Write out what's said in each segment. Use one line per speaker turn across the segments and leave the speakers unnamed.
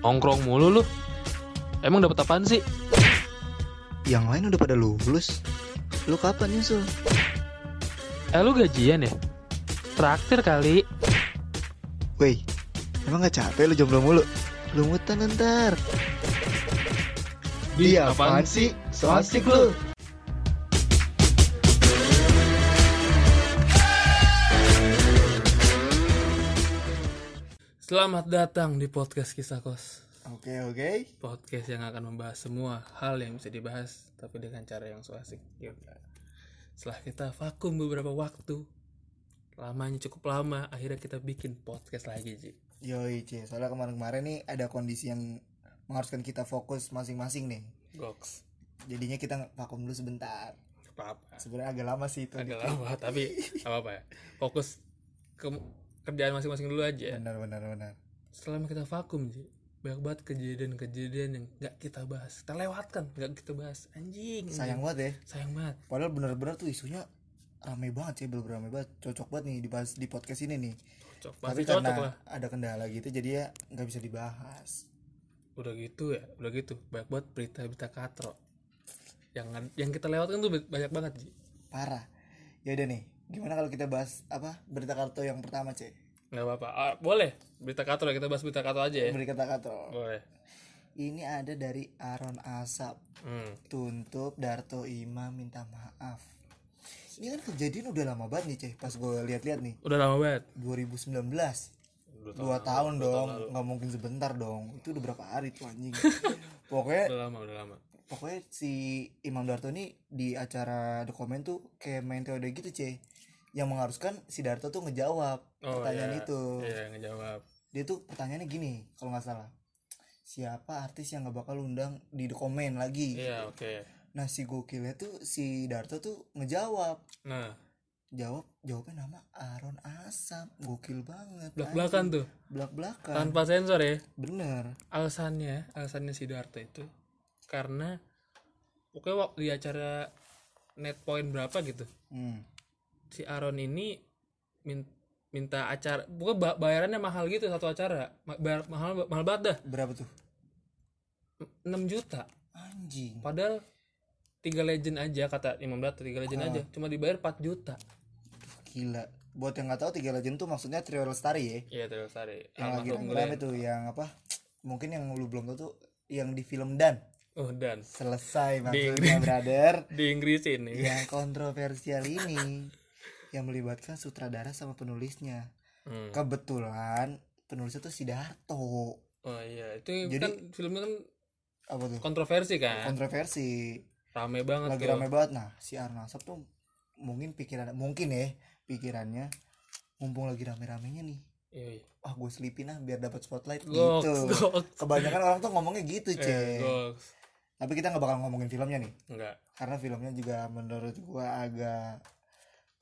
Nongkrong mulu lu. Emang dapat apaan sih?
Yang lain udah pada lulus. Lu kapan nyusul?
Eh lu gajian ya? Traktir kali.
Woi, emang gak capek lu jomblo mulu? Lu mutan ntar.
Iya,
Dia apaan sih? So asik lu.
Selamat datang di podcast Kisah Kos.
Oke, oke.
Podcast yang akan membahas semua hal yang bisa dibahas tapi dengan cara yang so asik. Ya udah. Setelah kita vakum beberapa waktu, lamanya cukup lama, akhirnya kita bikin podcast lagi, Ji.
Yoi, Cie. Soalnya kemarin-kemarin nih ada kondisi yang mengharuskan kita fokus masing-masing nih.
Goks.
Jadinya kita vakum dulu sebentar.
Apa-apa.
Sebenarnya agak lama sih itu.
Agak lama tapi nggak apa-apa ya. Fokus ke kerjaan masing-masing dulu aja.
Benar, benar, benar.
Selama kita vakum, Ji, banyak banget kejadian-kejadian yang nggak kita bahas. Kita lewatkan, nggak kita bahas. Anjing. anjing.
Sayang banget ya.
Sayang banget.
Padahal benar-benar tuh isunya rame banget sih, belum rame banget. Cocok banget nih dibahas di podcast ini nih.
Cocok.
Tapi
Pasti
karena
cocok lah.
ada kendala gitu jadi ya nggak bisa dibahas.
udah gitu ya udah gitu banyak banget berita berita katro yang yang kita lewatkan tuh banyak banget Ji.
Parah. Ya udah nih, gimana kalau kita bahas apa? Berita kartu yang pertama, C.
nggak apa apa ah, boleh berita katro kita bahas berita katro aja ya
Berita kartu.
boleh
Ini ada dari Aaron Asap.
hmm.
Tuntut Darto Imam minta maaf. Ini kan kejadian udah lama banget nih, Ceh. Pas gue lihat-lihat nih,
udah lama banget
2019.
Dua
Dua tahun dong, nggak mungkin sebentar dong. Itu udah berapa hari tuh anjing. pokoknya
udah lama udah lama
pokoknya si Imam Darto ini di acara dokumen tuh kayak main teode gitu, Ceh. Yang mengharuskan si Darto tuh ngejawab
Oh,
pertanyaan
iya.
itu.
iya ngejawab
Dia tuh pertanyaannya gini, kalau nggak salah. Siapa artis yang gak bakal undang di dokumen lagi?
iya oke
Nah si gokilnya tuh si Darto tuh ngejawab
nah
jawab jawabnya nama Aaron Asap gokil banget
belak belakan tuh
belak belakan
tanpa sensor ya
bener
alasannya alasannya si Darto itu karena pokoknya waktu di acara net point berapa gitu
hmm.
si Aaron ini min- minta acara bukan ba- bayarannya mahal gitu satu acara Ma- bayar- mahal mahal banget dah
berapa tuh
6 juta
anjing
padahal tiga legend aja kata Imam Darto tiga legend aja cuma dibayar 4 juta
gila buat yang nggak tahu tiga legend tuh maksudnya Trio Lestari ya
iya terus Sari
yang lagi
almarhum Glenn.
rame itu yang apa mungkin yang lu belum tahu tuh yang di film Dan
oh dan
selesai maksudnya brother
di Inggris ini
yang kontroversial ini yang melibatkan sutradara sama penulisnya
Hmm.
kebetulan penulisnya tuh si Darto
oh iya itu
Jadi-
kan filmnya kan
apa tuh
kontroversi kan
kontroversi
rame banget
lagi
tuh
rame banget nah si Arna Asap tuh mungkin pikiran mungkin ya pikirannya mumpung lagi rame-ramenya nih
Yoi.
ah gue selipin ah biar dapat spotlight
Goks,
gitu
goks.
kebanyakan orang tuh ngomongnya gitu
Eh,
ce
goks.
tapi kita nggak bakal ngomongin filmnya nih
enggak
karena filmnya juga menurut gue agak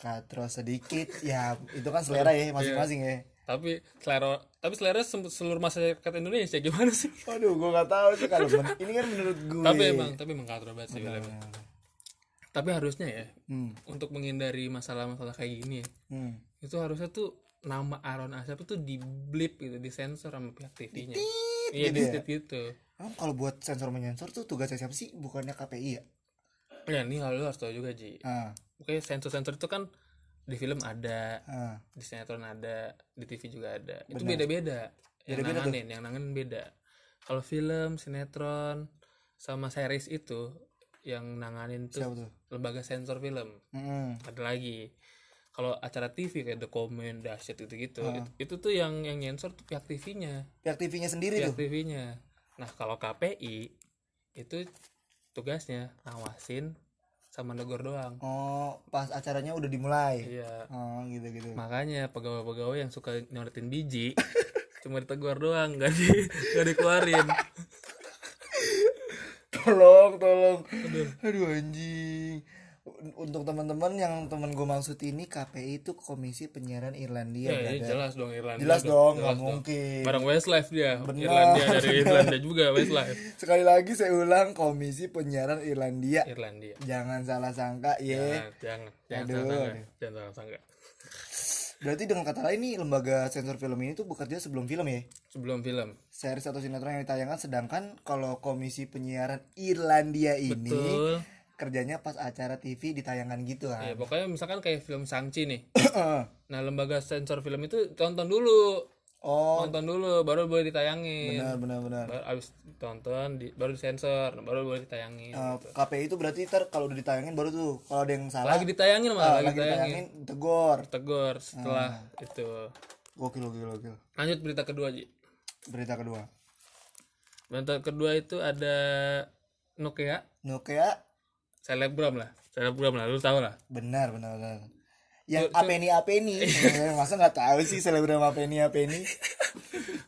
katro sedikit ya itu kan selera ya masing-masing ya
tapi selera tapi selera sem- seluruh masyarakat Indonesia gimana sih
waduh gue nggak tahu sih kalau men- ini kan menurut gue
tapi emang tapi emang katro banget sih filmnya. tapi harusnya ya
Nah, hmm,
untuk menghindari masalah-masalah kayak gini ya,
hmm.
itu harusnya tuh nama Aaron Asap itu di blip gitu disensor sama pihak TV-nya iya
gitu
di
ya?
state gitu
Emang kalau buat sensor menyensor tuh tugasnya siapa sih bukannya KPI ya
ya ini hal lu harus tahu juga Ji
ah
oke sensor-sensor itu kan di film ada
ah
di sinetron ada di TV juga ada itu beda-beda yang
Beda-beda tuh.
nanganin yang nanganin beda kalau film sinetron sama series itu yang nanganin tuh
siapa tuh Hmm,
lembaga sensor film
Mm-mm.
ada lagi kalau acara TV kayak The Comment, Dahsyat gitu-gitu
Ah.
itu, itu tuh yang yang nyensor tuh pihak TV-nya
pihak TV-nya sendiri
pihak
tuh
TV-nya nah kalau KPI itu tugasnya ngawasin sama negor doang
oh pas acaranya udah dimulai
iya
oh gitu gitu
makanya pegawai-pegawai yang suka nyoretin biji cuma ditegur doang gak di gak dikeluarin
tolong tolong aduh anjing Un- untuk teman-teman yang teman gue maksud ini KPI itu Komisi Penyiaran Irlandia
ya,
brother.
ini jelas dong Irlandia
Iya, jelas dong nggak
jelas dong.
mungkin
bareng Westlife dia
Bener.
Irlandia dari Irlandia juga Westlife
sekali lagi saya ulang Komisi Penyiaran
Ya.
Irlandia
Irlandia Nah,
jangan salah sangka ye
Ya. jangan jangan jangan salah sangka jangan salah sangka
Berarti dengan kata lain nih lembaga sensor film ini tuh bekerja sebelum film ya?
sebelum film
Series atau sinetron yang ditayangkan sedangkan kalau komisi penyiaran Irlandia ini
betul
kerjanya pas acara TV ditayangkan gitu kan.
ya pokoknya misalkan kayak film Sangchi nih nah lembaga sensor film itu tonton dulu
oh,
tonton dulu baru boleh ditayangin
benar benar benar.
baru abis tonton di, baru disensor baru boleh ditayangin
Eh, KPI itu berarti ntar kalau udah ditayangin baru tuh kalau ada yang salah
lagi ditayangin
eh,
malah lagi
lagi
ditayangin
ditayangin tegor.
tegor setelah
Hmm.
itu
Gokil gokil gokil.
lanjut berita kedua Ji
Berita kedua.
berita kedua itu ada Nokia
Nokia
selebgram lah selebgram lah lu tau lah
benar benar benar. Yang Apeni Apeni, Eh, masa nggak tahu sih selebgram Apeni Apeni?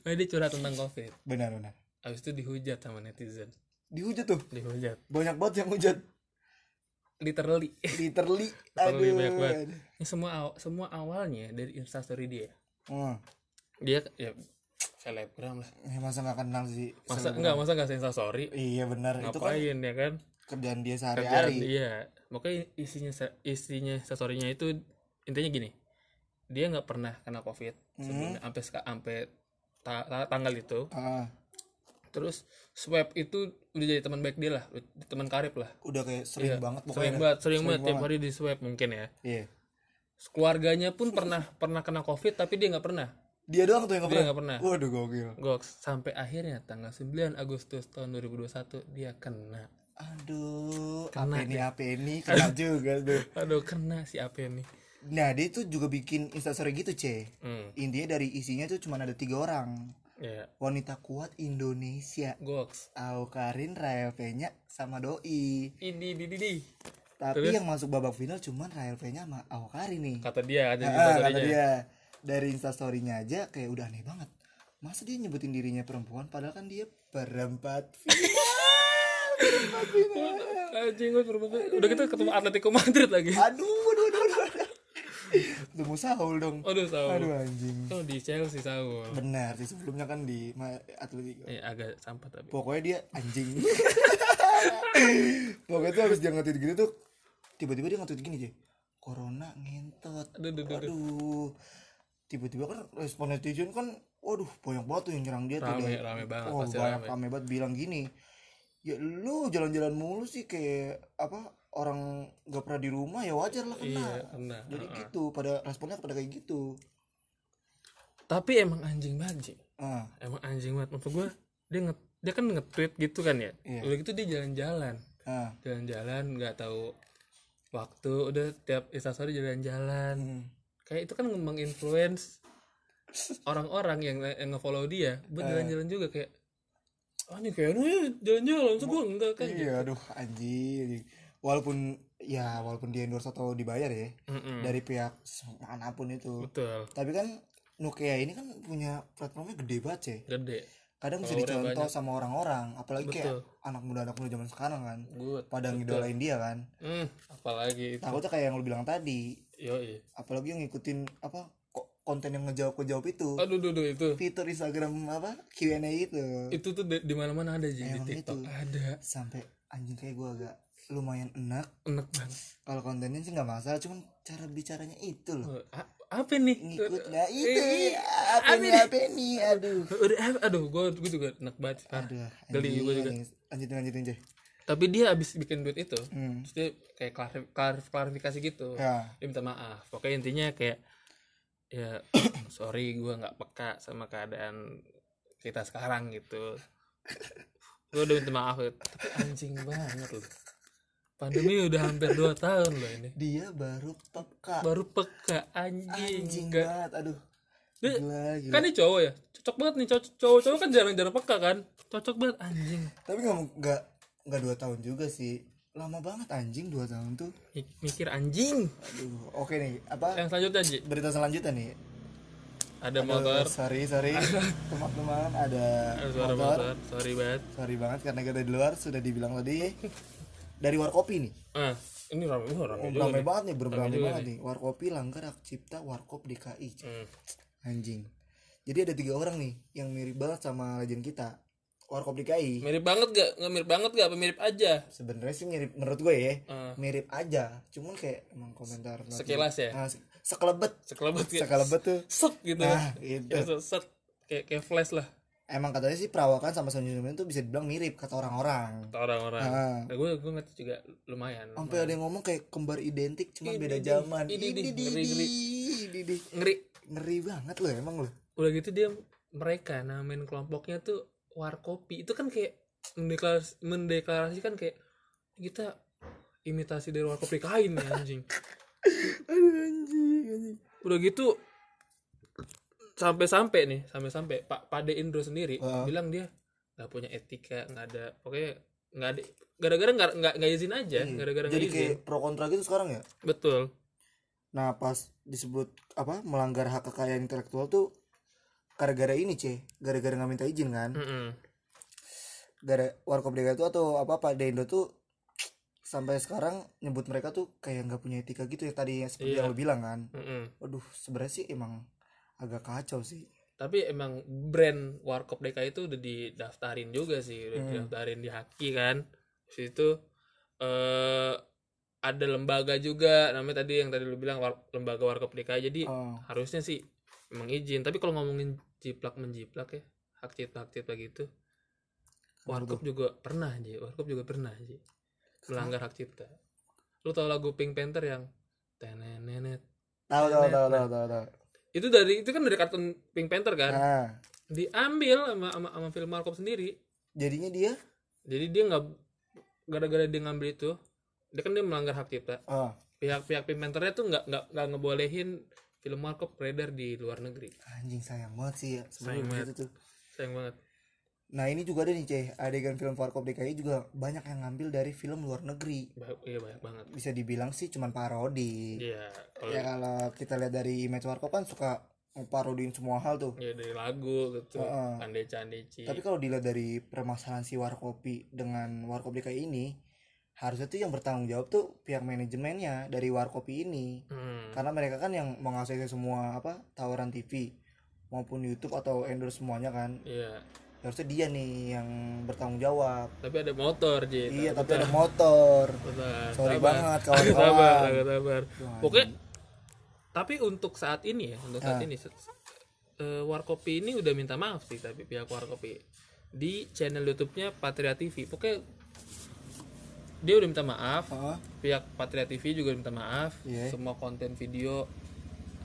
Nah, dia curhat tentang covid
Benar benar.
abis itu dihujat sama netizen
Dihujat tuh,
dihujat
banyak banget yang hujat.
literally
Literally,
Literally
aduh.
banyak banget.
aduh.
ini semua aw- semua awalnya dari instastory dia
Hmm.
dia ya selebgram lah
Eh, masa nggak kenal sih?
masa enggak masa enggak instastory
Iya benar, itu kan
ngapain ya kan
kerjaan dia
Dan
sehari-hari.
iya makanya isinya se- isinya instastorynya itu intinya gini dia nggak pernah kena covid sebelumnya sampai seka- sampai ta- ta- tanggal itu
Ah,
terus swab itu udah jadi teman baik dia lah udah teman karib lah
udah kayak
Iya,
sering banget pokoknya.
sering
dah.
banget sering banget tiap hari di swab mungkin ya
Iya.
keluarganya pun pernah pernah kena covid tapi dia nggak pernah
Dia doang tuh yang nggak
dia
pernah.
nggak pernah
Waduh gokil.
Goks sampai akhirnya tanggal 9 Agustus tahun 2021 dia kena
Aduh,
Kena
Apeni Apeni kena juga tuh.
aduh kena si apa nih
Nah, dia tuh juga bikin instastory gitu, Ce.
hmm,
Intinya dari isinya tuh cuma ada tiga orang.
ya
Wanita kuat Indonesia.
Goks
Au Karin, Rael P-nya sama Doi.
ini di di di
Tapi yang masuk babak final cuman Rael P-nya sama Au Karin nih.
kata dia ada di
Ah, kata
instastorynya.
dia dari instastorynya aja kayak udah aneh banget masa dia nyebutin dirinya perempuan padahal kan dia perempat
anjing gue perempuan udah kita ketemu Atletico Madrid lagi
aduh aduh aduh aduh, aduh. ketemu Saul dong
aduh Saul
aduh anjing
oh di Chelsea Saul
benar sih sebelumnya kan di Ma- Atletico
eh, agak sampah tapi
pokoknya dia anjing pokoknya tuh habis dia nge-tweet gitu tuh tiba-tiba dia nge-tweet gini aja corona ngentot
aduh aduh, aduh, aduh.
aduh tiba-tiba kan respon netizen kan waduh banyak banget tuh yang nyerang dia tuh
rame
deh.
rame banget
Oh,
pasti
banyak
rame
rame banget bilang gini. Ya lu jalan-jalan mulu sih kayak apa orang gak pernah di rumah ya wajar lah kena.
iya kena
Jadi
Heeh.
gitu pada responnya pada kayak gitu.
tapi emang anjing banget Ji.
Ah,
emang anjing banget maksud gue dia nge dia kan nge-tweet gitu kan ya
Iya.
udah gitu dia jalan-jalan
ah.
jalan-jalan nggak tahu waktu udah tiap instastory jalan-jalan
Hmm.
kayak itu kan menginfluence orang-orang yang, yang ngefollow dia
Eh.
buat jalan-jalan juga kayak ah ini kayaknya jalan-jalan so gue enggak kan
Iya, aduh anjing. Walaupun ya walaupun di endorse atau dibayar ya
Mm-mm.
dari pihak manapun itu.
betul
Tapi kan Nokia ini kan punya platformnya gede banget ya.
gede
Kadang bisa
Followernya
dicontoh sama orang-orang, apalagi
betul
kayak anak muda-anak muda zaman sekarang kan.
gue
Pada ngidolain dia kan.
hmm, apalagi itu
takutnya kayak yang lu bilang tadi
yo
apalagi yang ngikutin apa ko- konten yang ngejawab ngejawab itu
aduh duh, duh, itu
fitur Instagram apa Q&A itu
itu tuh di, di mana-mana ada jadi
Emang
di TikTok
itu.
ada
sampai anjing kayak gua agak lumayan enak
enak banget
kalau kontennya sih nggak masalah cuman cara bicaranya itu loh
Eh, a- apa nih
ngikut nah itu
Eh,
apa nih apa nih aduh
udah eh, aduh gue gue juga enak banget sih, parah.
aduh
Geli
anjing,
gua juga.
anjing. lanjutin lanjutin Jay
tapi dia abis bikin duit itu
hmm.
terus dia kayak klarif- klarif- klarifikasi gitu
ya
dia minta maaf pokoknya intinya kayak ya sorry gue nggak peka sama keadaan kita sekarang gitu gue udah minta maaf gitu. tapi anjing banget loh pandemi udah hampir 2 tahun loh ini
dia baru peka
baru peka anjing,
anjing
nggak-
banget aduh
Dia-
gila, gila.
kan ini cowok ya cocok banget nih cowok cowok, cowok kan jarang-jarang peka kan cocok banget anjing
tapi nggak nggak nggak dua tahun juga sih lama banget anjing dua tahun tuh
Mik- mikir anjing
Aduh, oke nih. Apa
yang selanjutnya Ji
berita selanjutnya nih?
ada
Aduh,
motor
sorry, sorry. Teman-teman ada
ada suara
motor.
motor sorry banget
Sorry banget karena kita di luar sudah dibilang tadi. Dari Warkopi nih.
ah ini rame oh, rame
Oh,
juga
ramai
nih.
banget nih, bener-bener
Ramai
ramai
juga
banget nih. Warkopi langgar hak cipta Warkop DKI. Cek.
Hmm.
Anjing. Jadi ada tiga orang nih yang mirip banget sama legend kita. Warkop DKI
mirip banget gak nggak mirip banget gak apa mirip aja
sebenarnya sih mirip menurut gue ya
Eh,
mirip aja cuman kayak emang komentar Nabi-
sekilas ya
Ah, se- sekelebet
sekelebat kayak
sekelebet tuh
set gitu
nah
ya,
gitu
set, set. kayak kayak flash lah
emang katanya sih perawakan sama senyum itu bisa dibilang mirip kata orang-orang
kata orang-orang
Ah.
nah, gue gue ngerti juga lumayan,
sampai ada yang ngomong kayak kembar identik cuma
Ini
beda
di-
zaman
ini
ini
di-
di di-
ngeri- ngeri.
di- di-
ngeri
ngeri banget lo emang lo
udah gitu dia mereka namain kelompoknya tuh warkopi itu kan kayak mendeklarasi, mendeklarasikan kayak kita imitasi dari warkopi kain ya anjing
aduh anjing anjing
udah gitu sampai-sampai nih sampai-sampai Pak Pade Indro sendiri
Heeh.
bilang dia nggak punya etika nggak ada pokoknya nggak ada gara-gara nggak nggak nggak izin aja
Iya.
Ya, gara-gara nggak
jadi
izin
kayak pro kontra gitu sekarang ya
betul
nah pas disebut apa melanggar hak kekayaan intelektual tuh gara-gara ini ceh gara-gara nggak minta izin kan
Mm-mm.
gara warkop DKI itu atau apa apa Dendo tuh sampai sekarang nyebut mereka tuh kayak nggak punya etika gitu ya tadi yang seperti
Iya.
yang lo bilang kan
Mm-mm.
waduh sebenarnya sih emang agak kacau sih
tapi emang brand warkop DKI itu udah didaftarin juga sih udah
Hmm.
didaftarin di Haki kan Terus itu eh ada lembaga juga namanya tadi yang tadi lu bilang war- lembaga warkop DKI jadi
Oh,
harusnya sih emang izin tapi kalau ngomongin jiplak menjiplak ya hak cipta hak cipta gitu
kenapa
warkop
tuh?
juga pernah Ji warkop juga pernah Ji melanggar hak cipta lu tau lagu Pink Panther yang tenenenet
tahu tahu
Nah,
tahu
nah.
tahu tahu tahu
itu dari itu kan dari kartun Pink Panther kan
nah
diambil sama sama, sama film warkop sendiri
jadinya dia
jadi dia nggak gara-gara dia ngambil itu dia kan dia melanggar hak cipta
ah
pihak-pihak Pink Panthernya tuh nggak nggak nggak ngebolehin film warkop beredar di luar negeri
anjing sayang banget sih ya
Sayang
sebenarnya
banget.
gitu tuh
sayang banget
nah ini juga ada nih ceh adegan film Warkop DKI juga banyak yang ngambil dari film luar negeri
Ba- iya banyak banget
bisa dibilang sih cuman parodi
Iya, kalau
ya kalau kita lihat dari Image Warkop kan suka parodiin semua hal tuh
ya dari lagu gitu,
kan? Heeh.
Andeci Andeci.
Tapi kan kalau dilihat dari permasalahan si Warkopi dengan Warkop DKI ini, harusnya tuh yang bertanggung jawab tuh pihak manajemennya dari Warkopi ini.
Hmm,
Karena mereka kan yang mengakses semua apa tawaran TV maupun YouTube atau endorse semuanya kan.
iya.
Harusnya dia nih yang bertanggung jawab.
Tapi ada motor, Ji.
iya,
Tar-
tapi ada motor.
tar-
Sorry
sabar.
banget
Sabar,
kawan-kawan.
sabar, sabar.
Wah,
Pokoknya tapi untuk saat ini ya, untuk saat
Ah.
ini se- eh, Warkopi ini udah minta maaf sih tapi pihak Warkopi di channel YouTube-nya Patria TV. Pokoknya dia udah minta maaf,
Heeh.
pihak Patria TV juga minta maaf
Iya.
semua konten video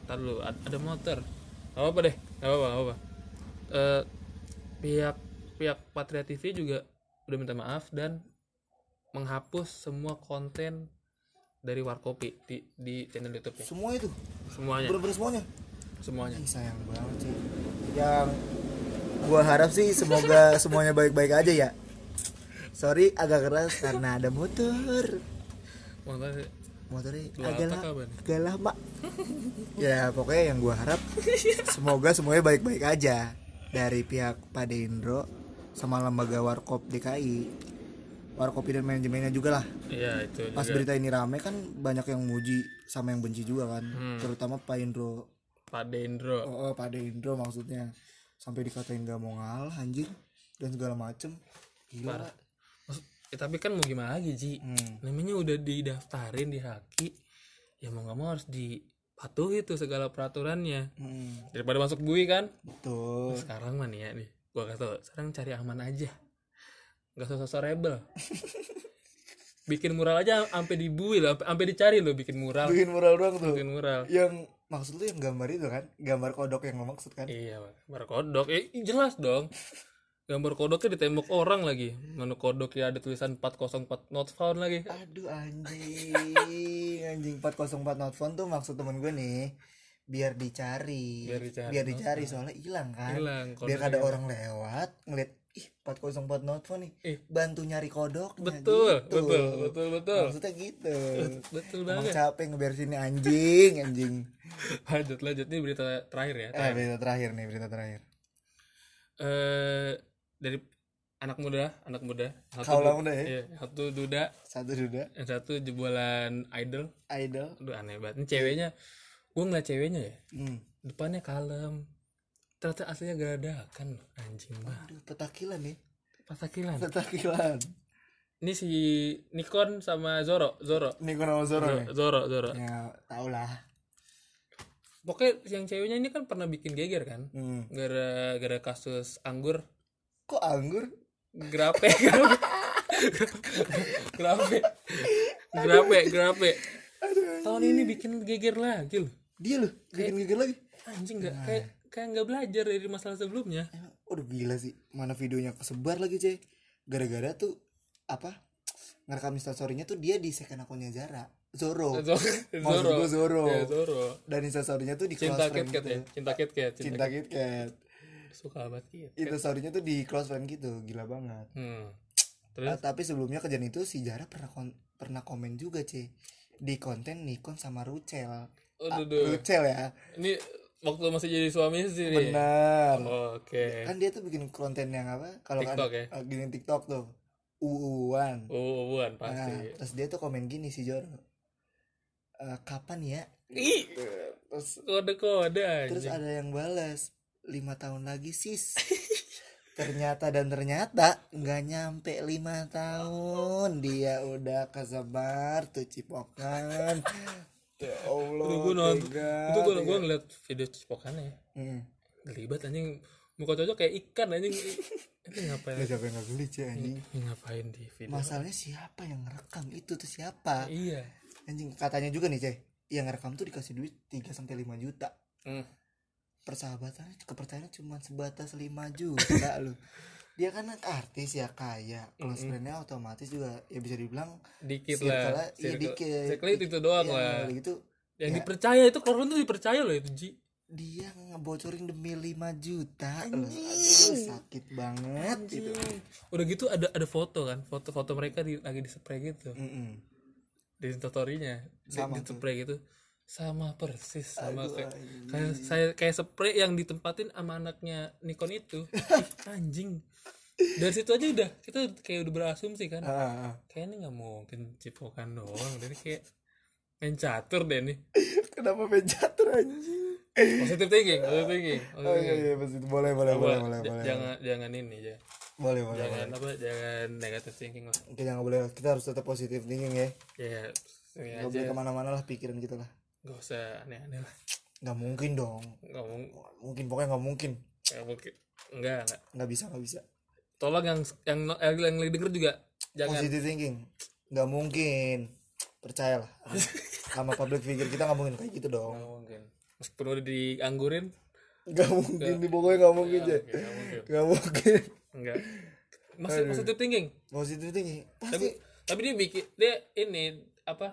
ntar dulu ad- ada motor gak apa deh gak apa apa, apa. Eh, pihak pihak Patria TV juga udah minta maaf dan menghapus semua konten dari Warkopi di di channel YouTube-nya
Semua itu,
semuanya
bener-bener semuanya.
semuanya
Ih, sayang banget sih. Yang gua harap sih semoga semuanya baik-baik aja ya. Sorry agak keras karena ada motor.
Makanya
Motornya
Dua otak
agak lama.
apa nih?
Agak lama. ya pokoknya yang gua harap semoga semuanya baik-baik aja dari pihak Pak Dendro sama lembaga Warkop DKI. Warkopi dan manajemennya juga lah.
iya itu
Pas
juga
berita ini rame kan banyak yang muji sama yang benci juga kan.
Hmm.
Terutama Pak Indro
Pak Dendro
Oh, oh pada Indro maksudnya sampai dikatain gak mau ngalah anjir dan segala macem gila
Parah. Maksud- eh, tapi kan mau gimana lagi Ji
hmm.
namanya udah didaftarin di haki ya mau nggak mau harus dipatuhi tuh segala peraturannya
hmm,
daripada masuk bui kan
betul
sekarang mah nih ya nih gua kasih tau sekarang cari aman aja nggak sosok sosok rebel bikin mural aja sampai dibui lah sampai dicari loh bikin mural
bikin mural doang tuh
bikin mural
yang maksud lu yang gambar itu kan gambar kodok yang lo maksud kan
iya gambar kodok eh, jelas dong gambar kodoknya di tembok orang lagi menu kodoknya ada tulisan 404 not found lagi
aduh anjing anjing 404 not phone tuh maksud temen gue nih biar dicari
Biar dicari,
biar dicari soalnya hilang kan
hilang
biar
kodoknya.
ada orang lewat ngeliat ih 404 not phone nih
Ih.
bantu nyari kodok
betul betul betul betul
maksudnya gitu
betul
Emang
banget
capek ngebersihin anjing, anjing.
lanjut lanjut nih berita terakhir ya
Eh, berita terakhir nih, berita terakhir.
eh dari anak muda anak muda Yang satu
Kaulah
du-
muda ya?
iya, yang satu duda
Satu duda,
yang satu jebolan idol
idol.
aduh aneh banget ini ceweknya gue ngeliat ceweknya ya
Hmm.
depannya kalem ternyata aslinya geradakan anjing banget
Aduh, petakilan nih.
Patakilan.
Petakilan.
Ini si Nikon sama Zoro, Zoro.
Ini Kurama Zoro
Zoro,
nih.
Zoro. Zoro.
Ya, tau lah.
Pokoknya yang ceweknya ini kan pernah bikin geger kan?
Hmm.
Gara-gara kasus anggur
Kok anggur?
grape grape grape grape grape tahun ini bikin geger lagi loh
Dia loh, bikin geger lagi.
anjing nggak kayak kayak nggak belajar dari masalah sebelumnya
Emang, Aduh gila sih, mana videonya kesebar lagi cuy Gara-gara tuh, apa Ngerekam instastorynya tuh dia di second accountnya Zara Zoro
Zoro
Oh, Maksud
Zoro
gua Zoro
Ya, Zoro
Dan instastorynya tuh di
cinta
close friend
KitKat
gitu
ya cinta KitKat cinta,
Cinta Iya. KitKat
suka banget Kit.
Instastorynya tuh di close friend gitu, gila banget
hmm.
Ah,
terus
Tapi sebelumnya kejadian itu si Zara pernah kon- pernah komen juga cuy Di konten Nikon sama Rucel Ah,
aduh, aduh.
Rucel ya,
ini waktu masih jadi suami sih nih
benar
Iya. Oh, oke
Kan dia tuh bikin konten yang apa Kalau kan
TikTok ya?
eh, gini TikTok tuh Uuan
oh buan
Nah,
pasti
terus dia tuh komen gini si Joro. "Eh, kapan ya?
ih
Terus
kode kode anjing
terus ada yang balas lima tahun lagi sis. ternyata dan ternyata nggak nyampe lima tahun dia udah kesebar tuh cipokan. Ya Allah.
Itu gua nonton-
tega,
itu gue
tega.
gue ngeliat video ya. cipokannya
Hmm.
Gelibat anjing muka cocok kayak ikan anjing. Itu ngapain?
Lah, siapa yang nggak geli Cek, anjing?
ngapain di video?
Masalahnya siapa yang ngerekam itu tuh siapa?
Iya.
Anjing katanya juga nih, Ceh. Yang ngerekam tuh dikasih duit 3 sampai 5 juta.
Hmm.
persahabatan kepercayaan cuma sebatas 5 juta lu dia kan artis ya kaya close friendnya otomatis juga ya bisa dibilang
Dikit
circle-nya-
lah.
iya, dikit
circle itu, itu doang
Iya,
lah.
udah gitu
Yang dipercaya itu korban tuh dipercaya loh itu Ji.
dia ngebocorin demi 5 juta lu.
Anjing.
Aduh, sakit banget itu
Udah gitu ada ada foto kan, foto-foto mereka di, lagi di spray gitu.
Mm-mm.
Di story-nya di,
Sama
di spray gitu. Sama persis sama
Aduh,
kayak
anjing.
kayak saya kayak spray yang ditempatin sama anaknya Nikon itu. Ih, anjing. Dari situ aja udah kita kayak udah berasumsi kan.
Ah, ah, ah.
kayaknya nggak mungkin cipokan doang jadi kayak main catur deh nih
kenapa main catur anjing
positive thinking positive thinking,
oh,
positive
iya,
thinking.
iya, pasti boleh boleh
Coba,
boleh boleh
j-
boleh
jangan jangan ini ya
boleh boleh
jangan apa jangan negative thinking lah
kita nggak boleh kita harus tetap positif thinking ya
ya ini
nggak boleh
aja
kemana-mana lah pikiran kita lah
nggak usah aneh-aneh lah
nggak mungkin dong
nggak mung-
mungkin pokoknya nggak mungkin
nggak mungkin nggak nggak
nggak bisa nggak bisa
tolong yang yang yang, yang lagi denger juga jangan
positive thinking nggak mungkin percayalah sama public figure kita nggak mungkin kayak gitu dong
nggak mungkin meskipun udah dianggurin
nggak mungkin di pokoknya nggak mungkin
nggak
aja
mungkin, nggak mungkin
nggak mungkin
nggak masih positive thinking
positive thinking
tapi
pasti
tapi dia bikin dia ini apa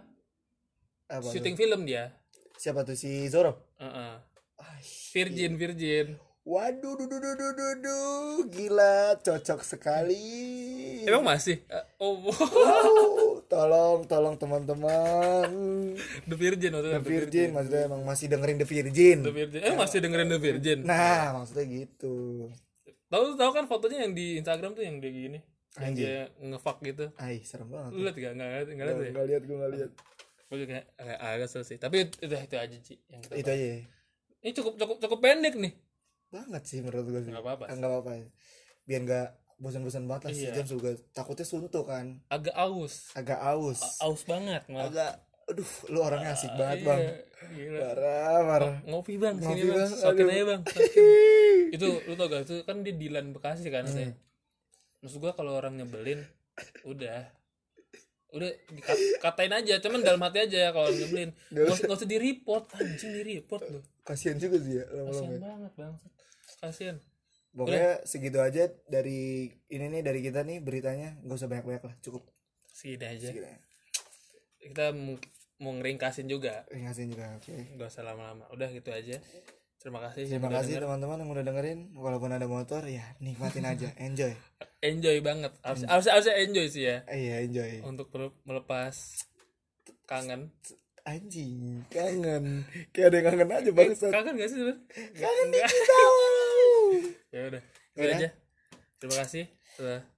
Eh, apa tuh?
syuting film dia
siapa tuh si Zoro
Heeh.
Ah,
Virgin, Virgin.
waduh duh, duh, duh, duh, duh, duh. gila cocok sekali
Emang masih? Eh, oh,
Wow, tolong tolong teman-teman
The Virgin maksudnya.
The Virgin maksudnya emang masih dengerin The Virgin
The Virgin. Eh, masih dengerin The Virgin.
nah maksudnya gitu
Tahu tahu kan fotonya yang di Instagram tuh yang dia gini. Yang
Anjing.
dia ngefuck gitu.
Ay, serem banget.
Lu lihat gak? Enggak lihat, enggak lihat ya?
Enggak lihat gue enggak lihat.
Gua juga agak agak sel sih. Tapi itu, itu aja, Ci, yang kita
Itu aja. ya.
bahas. Ini cukup cukup cukup pendek nih.
Banget sih menurut gue sih.
Nggak apa-apa sih.
Enggak apa-apa. ya. Biar enggak bosan-bosan banget lah
Iya.
sejam juga. Takutnya suntuk kan.
Agak aus.
Agak aus.
A- Aus banget malah.
Agak aduh, lu orangnya asik
Iya,
banget, Bang.
gila.
Parah, parah.
Ngopi bang,
Ngopi,
sini bang,
Bang.
sokin
Aduh.
aja bang. Sokin. itu lu tau gak itu kan dia Dilan Bekasi
Hmm.
kan saya. Maksud gua kalau orang nyebelin udah udah dikat- katain aja cuman dalam hati aja ya kalau orang nyebelin
Nggak
nggak usah- nggak usah di report anjing di report lu
Kasihan juga sih ya lama-lama.
kasian
ya.
banget bang kasian
Pokoknya segitu aja dari ini nih dari kita nih beritanya. Enggak usah banyak-banyak lah, cukup
segini aja
segitu aja.
kita mau, mau ngeringkasin juga
Ringkasin juga. Oke.
nggak usah lama-lama udah gitu aja terima kasih yang
Terima
udah
kasih
denger.
teman-teman yang udah dengerin. Walaupun ada motor ya nikmatin aja, enjoy.
enjoy banget harus harus harusnya enjoy sih ya
Hmm. Iya, enjoy.
untuk mele- melepas kangen
anjing kangen kayak ada yang kangen aja barusan
kangen gak sih sebenarnya
kangen dikit doang.
ya udah itu
Udah.
aja terima kasih telah